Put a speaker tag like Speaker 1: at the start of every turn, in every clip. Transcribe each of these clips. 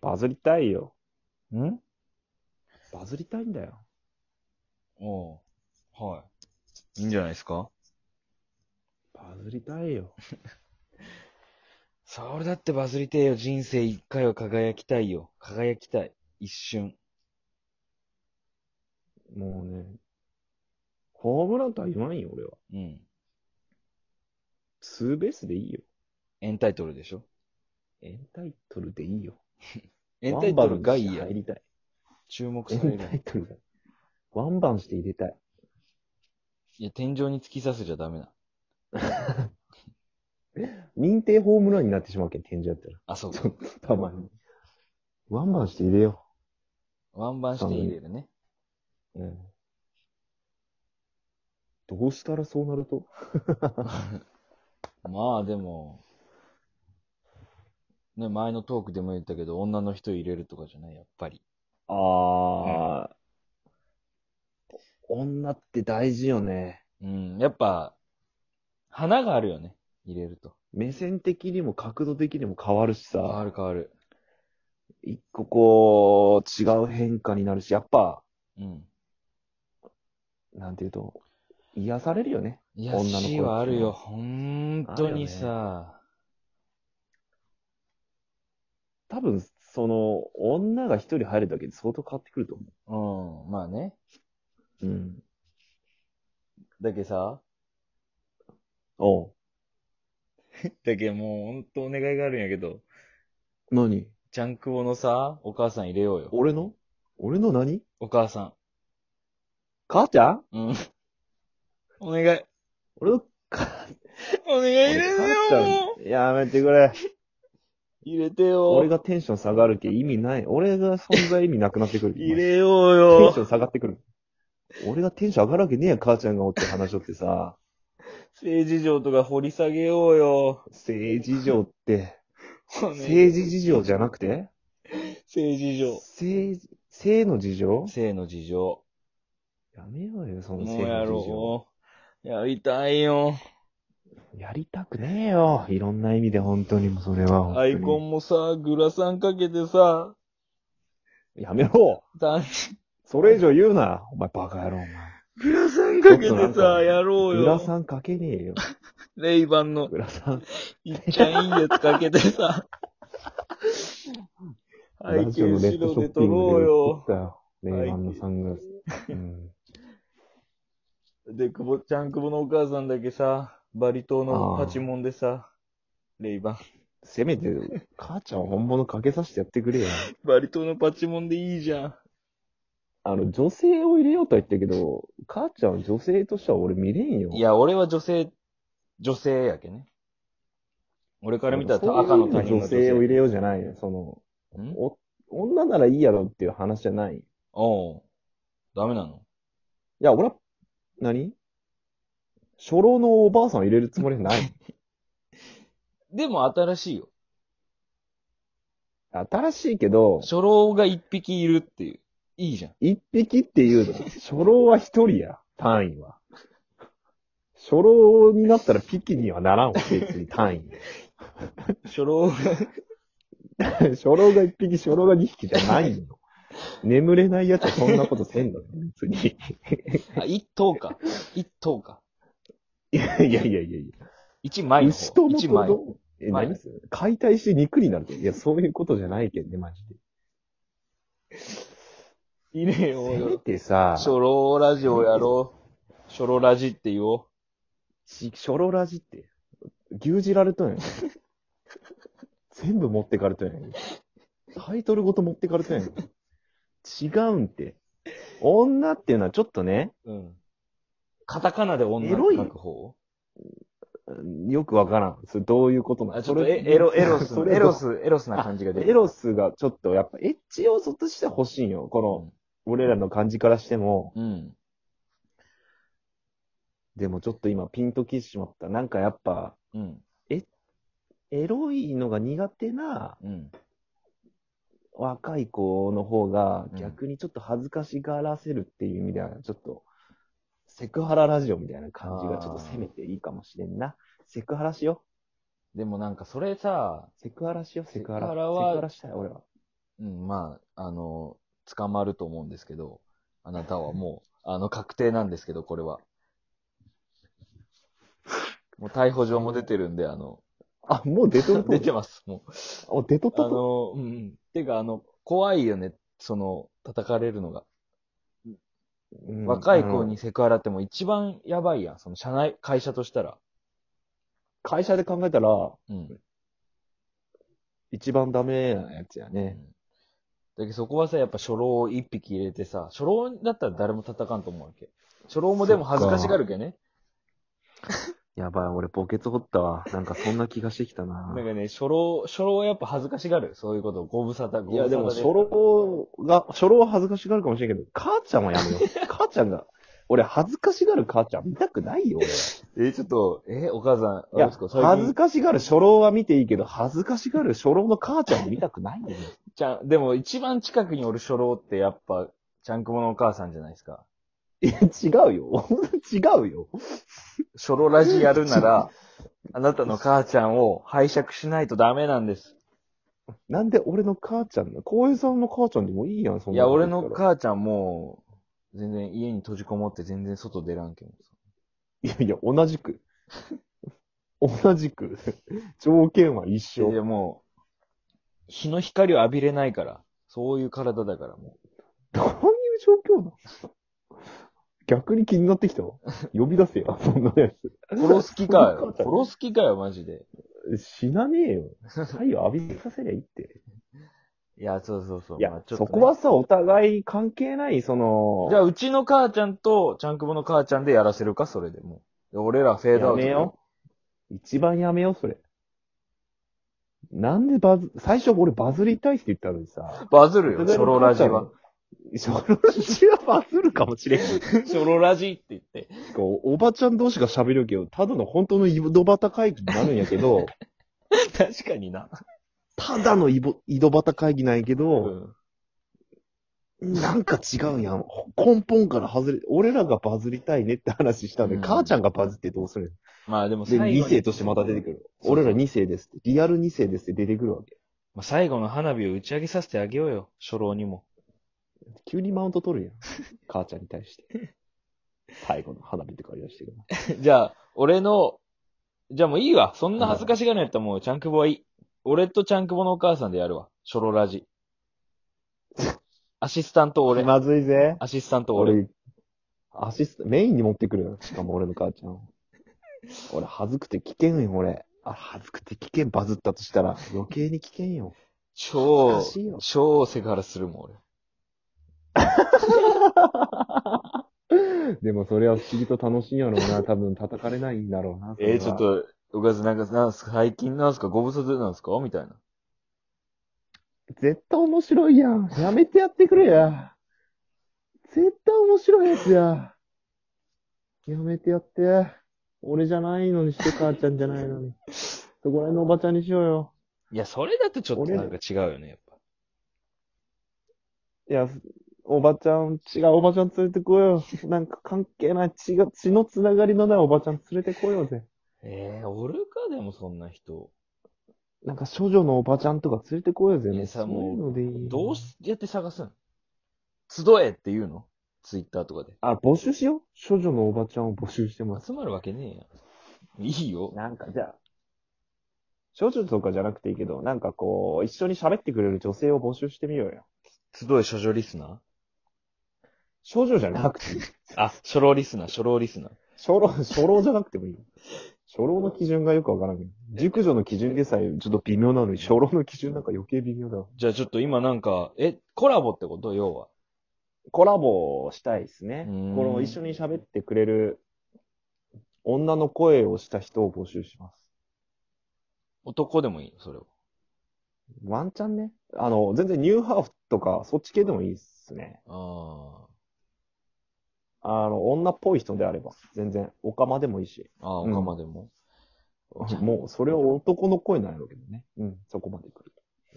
Speaker 1: バズりたいよ。
Speaker 2: ん
Speaker 1: バズりたいんだよ。
Speaker 2: おうはい。いいんじゃないですか
Speaker 1: バズりたいよ。
Speaker 2: それだってバズりてえよ。人生一回は輝きたいよ。輝きたい。一瞬。
Speaker 1: もうね、ホームランとは言わんよ、俺は。
Speaker 2: うん。
Speaker 1: ツーベースでいいよ。
Speaker 2: エンタイトルでしょ
Speaker 1: エンタイトルでいいよ。
Speaker 2: エンタイトルがいい
Speaker 1: ワンバンし
Speaker 2: や
Speaker 1: て。入りたい。
Speaker 2: 注目
Speaker 1: エ
Speaker 2: され
Speaker 1: ン
Speaker 2: る。
Speaker 1: タイトルが。ワンバンして入れたい。
Speaker 2: いや、天井に突き刺すじゃダメな。
Speaker 1: 認定ホームランになってしまうけん、天井やったら。
Speaker 2: あ、そう
Speaker 1: ち
Speaker 2: か。
Speaker 1: ょっとたまに。ワンバンして入れよ
Speaker 2: ワンバンして入れるね。
Speaker 1: う。うん。どうしたらそうなると
Speaker 2: まあでも、ね、前のトークでも言ったけど、女の人入れるとかじゃない、やっぱり。
Speaker 1: ああ、女って大事よね。
Speaker 2: うん、やっぱ、花があるよね。入れると。
Speaker 1: 目線的にも角度的にも変わるし
Speaker 2: 変
Speaker 1: さ、
Speaker 2: わる変わる。
Speaker 1: 一個こう、違う変化になるし、やっぱ、
Speaker 2: うん。
Speaker 1: なんていうと、癒されるよね。
Speaker 2: いや、
Speaker 1: 女の子
Speaker 2: 死はあるよ。本当にさ、
Speaker 1: 多分、その、女が一人入るだけで相当変わってくると思
Speaker 2: うん、まあね。
Speaker 1: う。うん。
Speaker 2: だけさ、
Speaker 1: おう。
Speaker 2: だけもう本当お願いがあるんやけど、
Speaker 1: 何
Speaker 2: ちゃんくぼのさ、お母さん入れようよ。
Speaker 1: 俺の俺の何
Speaker 2: お母さ
Speaker 1: 母ちゃん
Speaker 2: ん。うん。お願い。
Speaker 1: 俺の母
Speaker 2: お願い
Speaker 1: 俺
Speaker 2: 入れるよ
Speaker 1: 母ちゃん。やめてくれ。
Speaker 2: 入れてよ
Speaker 1: 俺がテンション下がるけ意味ない。俺が存在意味なくなってくる。
Speaker 2: 入れよう
Speaker 1: テンショ
Speaker 2: よ。
Speaker 1: ン下がってくる。俺がテンション上がるわけねえや、母ちゃんがおって話しとってさ。
Speaker 2: 政治上とか掘り下げようよ。
Speaker 1: 政治上って、
Speaker 2: お願い
Speaker 1: 政治事情じゃなくて
Speaker 2: 政治上。
Speaker 1: 政治、性の事情
Speaker 2: 性の事情。
Speaker 1: やめようよ、その
Speaker 2: も
Speaker 1: 性
Speaker 2: うや
Speaker 1: の事情。
Speaker 2: ろう。やりたいよ。
Speaker 1: やりたくねえよ。いろんな意味で本当にもうそれは本当
Speaker 2: ア
Speaker 1: に。
Speaker 2: イコンもさ、グラサンかけてさ、
Speaker 1: やめろ
Speaker 2: 男
Speaker 1: それ以上言うな。お前バカ野郎、お前。
Speaker 2: グラサンかけ
Speaker 1: ちょっとな
Speaker 2: て
Speaker 1: んか
Speaker 2: さ、やろう
Speaker 1: グラ
Speaker 2: よ。
Speaker 1: サンかけねえよ。
Speaker 2: レイバンの
Speaker 1: グラサ ン。
Speaker 2: いっちゃいいやつかけてさ。背
Speaker 1: ラジオ
Speaker 2: 景
Speaker 1: のネッ
Speaker 2: 白
Speaker 1: トショ
Speaker 2: で
Speaker 1: ッピ
Speaker 2: 撮
Speaker 1: ング
Speaker 2: ろう
Speaker 1: で売っ
Speaker 2: よ
Speaker 1: て。たよ。レイバンのサングラス。うん
Speaker 2: で、くぼ、ちゃんくぼのお母さんだけさ、バリ島のパチモンでさ、レイバン。
Speaker 1: せめて、母ちゃんを本物かけさせてやってくれよ。
Speaker 2: バリ島のパチモンでいいじゃん。
Speaker 1: あの、女性を入れようとは言ったけど、母ちゃんは女性としては俺見れんよ。
Speaker 2: い、や、俺は女性、女性やけね。俺から見た
Speaker 1: そうい
Speaker 2: ら
Speaker 1: う
Speaker 2: 赤の他人
Speaker 1: 女
Speaker 2: の女
Speaker 1: 性を入
Speaker 2: 性。
Speaker 1: れようじゃないよ。その、
Speaker 2: ん
Speaker 1: お、女ならいいやろっていう話じゃない。い
Speaker 2: おうダメなの
Speaker 1: や、俺は、何初老のおばあさんを入れるつもりはない。
Speaker 2: でも新しいよ。
Speaker 1: 新しいけど、
Speaker 2: 初老が一匹いるっていう。いいじゃん。
Speaker 1: 一匹っていうの。初老は一人や。単位は。初老になったらピキにはならんわ。別に単位。
Speaker 2: 初老が、
Speaker 1: 初老が一匹、初老が二匹じゃないの。眠れないやつはそんなことせんの、別に。
Speaker 2: あ、一頭か。一頭か。
Speaker 1: いやいやいやいやい
Speaker 2: 一
Speaker 1: や。
Speaker 2: 枚の
Speaker 1: 牛と
Speaker 2: 方。
Speaker 1: も
Speaker 2: 一
Speaker 1: と
Speaker 2: 枚。
Speaker 1: どう、え、
Speaker 2: 前
Speaker 1: 何する解体して肉になると。いや、そういうことじゃないけどね、マジで。
Speaker 2: いね
Speaker 1: せ
Speaker 2: え
Speaker 1: め
Speaker 2: よ。
Speaker 1: てさ、
Speaker 2: 初老ラジオやろう。 初老ラジって言おう。
Speaker 1: し初老ラジって、牛耳られとんやん。 全部持ってかれとんやん。タイトルごと持ってかれとんやん。違うんって。女っていうのはちょっとね、
Speaker 2: うん。カタカナで女
Speaker 1: エロ
Speaker 2: の
Speaker 1: い
Speaker 2: 書く方
Speaker 1: うんよくわからん。それどういうことな
Speaker 2: あ
Speaker 1: の
Speaker 2: ちょっとエエロ、エロ ス
Speaker 1: そ、れ
Speaker 2: エロ ス、エロスな感じが出る。
Speaker 1: エロスがちょっとやっぱエッチ要素として欲しいんよ。この、俺らの感じからしても。
Speaker 2: うん。
Speaker 1: でもちょっと今ピンときてしまった。なんかやっぱ、
Speaker 2: うん。
Speaker 1: エロいのが苦手な
Speaker 2: うん。
Speaker 1: 若い子の方が
Speaker 2: うん
Speaker 1: 逆にちょっと恥ずかしがらせるっていう意味では、ちょっと、セクハララジオみたいな感じがちょっとせめていいかもしれんな。セクハラしよ
Speaker 2: でもなんかそれさ、
Speaker 1: う。セクハラしよう、セクハラ。
Speaker 2: セクハラは
Speaker 1: セクハラしたい、俺は。
Speaker 2: うん、まあ、あの、捕まると思うんですけど、あなたはもう、あの、確定なんですけど、これは。もう逮捕状も出てるんで、あの、
Speaker 1: あ、もう出とる
Speaker 2: 出てます、もう。
Speaker 1: あ、出とった
Speaker 2: あ
Speaker 1: と。
Speaker 2: の、うんうん。てか、あの、怖いよね、その、叩かれるのが。
Speaker 1: うん
Speaker 2: 若い子に。セクハラってもう一番やばいやん、その、社内、会社としたら。
Speaker 1: 会社で考えたら、
Speaker 2: うん。
Speaker 1: 一番ダメなやつや
Speaker 2: う
Speaker 1: ね。
Speaker 2: んだけどそこはさ、やっぱ初老を一匹入れてさ、初老だったら誰も叩かんと思うわけ。初老もでも恥ずかしがるけね。
Speaker 1: やばい、俺墓穴掘ったわ。なんかそんな気がしてきた な
Speaker 2: なんかね、初老、初老はやっぱ恥ずかしがる。そういうことをご無沙汰、ご
Speaker 1: い
Speaker 2: 無沙汰
Speaker 1: や、でも、初老が、初老は恥ずかしがるかもしれんけど、母ちゃんはや めよう。母ちゃんが、俺恥ずかしがる母ちゃん見たくないよ、俺は。
Speaker 2: え、ちょっと、え、お母さん、
Speaker 1: いや、
Speaker 2: あれですか
Speaker 1: 恥ずかしがる初老は見ていいけど、恥ずかしがる初老の母ちゃんを見たく ないんだよ。
Speaker 2: ちゃん、でも一番近くにおる初老ってやっぱ、ちゃんくものお母さんじゃないですか。
Speaker 1: いや、違うよ。 違うよ。
Speaker 2: 初老ラジやるなら、あなたの母ちゃんを拝借しないとダメなんです。
Speaker 1: なんで俺の母ちゃんの、浩平さんの母ちゃんでもいいやん、そん
Speaker 2: い
Speaker 1: な
Speaker 2: や、
Speaker 1: こと
Speaker 2: 俺
Speaker 1: 言ったら。
Speaker 2: の母ちゃんもう、全然家に閉じこもって全然外出らんけど。
Speaker 1: いやいや、同じ く。同じく。条件は一
Speaker 2: い
Speaker 1: 緒。
Speaker 2: や、もう、日の光を浴びれないから。そういう体だから、も
Speaker 1: どういう状況なの逆に気になってきたわ。呼び出せよ、 そんなやつ。
Speaker 2: う。殺す気か
Speaker 1: そういう
Speaker 2: よ。
Speaker 1: こと
Speaker 2: 殺す気かよ、マジで。
Speaker 1: 死なねえよ。太陽浴びさせりゃいいって。
Speaker 2: いや、そうそうそう。
Speaker 1: いや、
Speaker 2: まあちょっ
Speaker 1: そ
Speaker 2: とね
Speaker 1: こはさ、お互い関係ない、その。
Speaker 2: じゃあ、うちの母ちゃんと、ちゃんくぼの母ちゃんでやらせるか、それでもう。で俺らフェードア
Speaker 1: や
Speaker 2: ウト。
Speaker 1: めよ。一番やめよ、それ。なんでバズ、最初俺バズりたいって言ったのにさ。
Speaker 2: バズるよ、初老ラジは。。
Speaker 1: 初老ラジはバズるかもし れんけ
Speaker 2: 初老ラジって言 って。
Speaker 1: ど。おばちゃん同士が喋るけど、ただの本当の井戸端会議になるんやけど、
Speaker 2: 確かにな。
Speaker 1: ただの井ぼ井戸端会議なんやけ
Speaker 2: う
Speaker 1: ど、
Speaker 2: ん。
Speaker 1: なんか違うやん。根本から外れ、俺らがバズりたいねって話したのに、
Speaker 2: うん
Speaker 1: 母ちゃんがバズってどうする
Speaker 2: まあでも
Speaker 1: で、
Speaker 2: 最後に
Speaker 1: 2世としてまた出てくる。
Speaker 2: そう
Speaker 1: 俺ら2世ですって。リアル2世ですって出てくるわけ。
Speaker 2: まあ最後の花火を打ち上げさせてあげようよ、初老にも。
Speaker 1: 急にマウント取るやん。母ちゃんに対して。最後の花火とか言い出してる。
Speaker 2: じゃあ、俺の、じゃあもういいわ。そんな恥ずかしがるんやったらもう、ちゃんくぼはいい。俺とちゃんくぼのお母さんでやるわ。初老ラジ。アシスタント俺。
Speaker 1: まずいぜ。
Speaker 2: アシスタント俺。
Speaker 1: 俺、アシスト、メインに持ってくるよ。しかも俺の母ちゃんを。俺、恥ずくて危険よ、俺。あ、恥ずくて危険バズったとしたら、余計に危険よ。
Speaker 2: 超
Speaker 1: 恥ずかしいよ、
Speaker 2: 超セクハラするもん、俺。
Speaker 1: でもそれは不思議と楽しいんやろう な。多分叩かれないんだろうな。
Speaker 2: えー、ちょっ
Speaker 1: それは。
Speaker 2: と、お母さんなんか、なんすか、最近なんすか、ご無沙汰なんすかみたいな。
Speaker 1: 絶対面白いやん。やめてやってくれや。絶対面白いやつや。やめてやって。俺じゃないのにして、母ちゃんじゃないのに。そこら辺のおばちゃんにしようよ。
Speaker 2: いや、それだとちょっと
Speaker 1: 俺
Speaker 2: なんか違うよね、やっぱ。
Speaker 1: いや、おばちゃん、違うおばちゃん連れてこようよ。なんか関係ない、血が、血のつながりのないおばちゃん連れてこようぜ。
Speaker 2: えー、おるか、でもそんな人。
Speaker 1: なんか少女のおばちゃんとか連れてこようぜ。
Speaker 2: いやさ
Speaker 1: そういうのでいい。
Speaker 2: どう
Speaker 1: し
Speaker 2: やって探すん集えって言うのツイッターとかで。
Speaker 1: あ、募集しよう。少女のおばちゃんを募集してます。
Speaker 2: 集まるわけねえやん。いいよ。
Speaker 1: なんかじゃあ、少女とかじゃなくていいけど、なんかこう、一緒に喋ってくれる女性を募集してみようよ。
Speaker 2: 集え処女リスナ
Speaker 1: 少女じゃなくていい。
Speaker 2: ーあ、初老リスナー、初老リスナー。
Speaker 1: 初老、初老じゃなくてもいいよ。初老の基準がよくわからんけど。熟女の基準でさえちょっと微妙なのに、初老の基準なんか余計微妙だわ。
Speaker 2: じゃあちょっと今なんか、え、コラボってこと要は。
Speaker 1: コラボしたいですね。
Speaker 2: う
Speaker 1: こ
Speaker 2: ん
Speaker 1: の一緒に喋ってくれる女の声をした人を募集します。
Speaker 2: 男でもいいのそれを。
Speaker 1: ワンチャンね。あの、全然ニューハーフとか、そっち系でもいいっすね。
Speaker 2: あ
Speaker 1: あの、女っぽい人であれば、全然。オカマでもいいし。
Speaker 2: あ。ああ、
Speaker 1: うん
Speaker 2: おかまでも。
Speaker 1: もう、それは男の声なんやろうけどね。うん、そこまで来る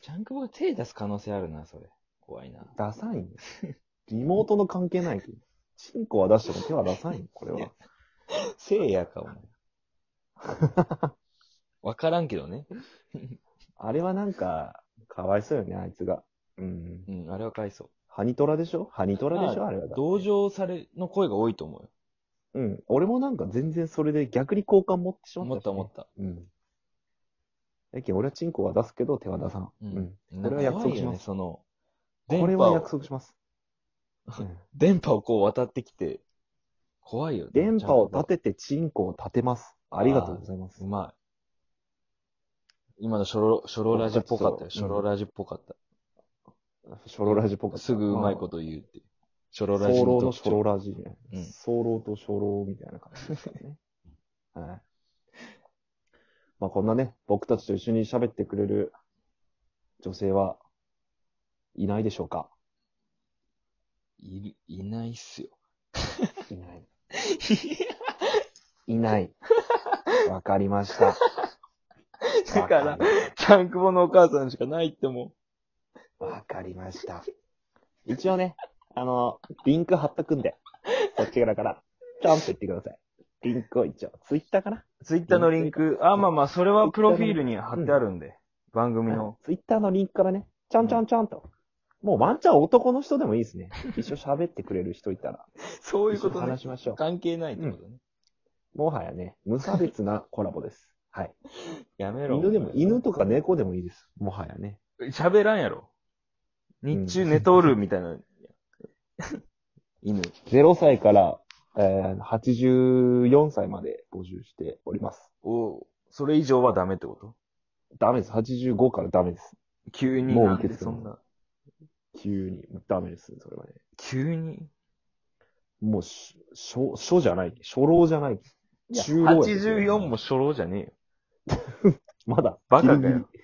Speaker 2: ちゃんくぼが手出す可能性あるな、それ。怖いな。
Speaker 1: と。ダサいんです。 リモートの関係ないけど。チンコは出しても手は出さないんこれは。
Speaker 2: せいやか、お前。 わからんけどね。
Speaker 1: あれはなんか、かわいそうよね、あいつが。うん。
Speaker 2: うん、あれはかわいそう。
Speaker 1: ハニトラでしょハニトラでしょ
Speaker 2: ま
Speaker 1: あれは。
Speaker 2: 同情されの声が多いと思うよ。
Speaker 1: うん。俺もなんか全然それで逆に好感持ってしまった、
Speaker 2: 思った思った。
Speaker 1: うん。最近俺はチンコは出すけど手は出さん。
Speaker 2: うん
Speaker 1: うん。
Speaker 2: な
Speaker 1: これ
Speaker 2: んか
Speaker 1: は約束
Speaker 2: 怖い
Speaker 1: し
Speaker 2: よ
Speaker 1: ま
Speaker 2: ね、
Speaker 1: す
Speaker 2: その、電
Speaker 1: これ
Speaker 2: 波
Speaker 1: は
Speaker 2: を
Speaker 1: 約束し ます。うん
Speaker 2: 電波をこう渡ってきて、怖いよね。
Speaker 1: 電波を
Speaker 2: ちゃんと
Speaker 1: 立ててチンコを立てます。ありがとうございます
Speaker 2: う。まい。今のショロ、ショロラジっぽかったよ。
Speaker 1: 僕たち
Speaker 2: シ
Speaker 1: と
Speaker 2: ョロラジっぽかった。
Speaker 1: ショロラジっぽく
Speaker 2: すぐうまいこと言うって。ショロラジ
Speaker 1: 早漏の
Speaker 2: の
Speaker 1: シ
Speaker 2: 特
Speaker 1: ョロ
Speaker 2: 徴。
Speaker 1: ラジ
Speaker 2: うん。
Speaker 1: 早漏とショロみたいな感じですかね。はい。まあこんなね、僕たちと一緒に喋ってくれる女性はいないでしょうか
Speaker 2: いる、いないっすよ。
Speaker 1: いない。いない。 わかりました。
Speaker 2: だから
Speaker 1: わりました
Speaker 2: ちゃんくぼのお母さんしかないっても
Speaker 1: わかりました。一応ね、あの、リンク貼っとくんで、そっちからから、ちょんと言ってください。リンクを一応、ツイッターかな
Speaker 2: う。ツイッターのリンク、あ、まあまあ、それはプロフィールに貼ってあるんで。番組の。
Speaker 1: ツイッターのリンクからね、ちょんちょんちょんと。もうワンチャン男の人でもいいですね。一緒喋ってくれる人いたら、
Speaker 2: そういう
Speaker 1: 一緒
Speaker 2: こ
Speaker 1: に
Speaker 2: とね
Speaker 1: 話。しましょ
Speaker 2: 関係ないってことね。
Speaker 1: う。もはやね、無差別なコラボです。はい。
Speaker 2: やめろ。
Speaker 1: 犬でも、犬とか猫でもいいです。もはやね。
Speaker 2: 喋らんやろ。日中
Speaker 1: うん
Speaker 2: 寝とるみたいな。犬。
Speaker 1: 0歳から、えー、84歳まで募集しております。
Speaker 2: を、それ以上はダメってこと
Speaker 1: ダメです。85からダメです。
Speaker 2: 急に
Speaker 1: もう
Speaker 2: なん
Speaker 1: 受
Speaker 2: で
Speaker 1: け付け
Speaker 2: そんな。
Speaker 1: 急に。ダメです、それはね。
Speaker 2: 急に
Speaker 1: もうし、しょ、書じゃない。初老じゃない。中老や。
Speaker 2: 84も初老じゃねえよ。
Speaker 1: まだ。
Speaker 2: バカかよ
Speaker 1: ギリギリ。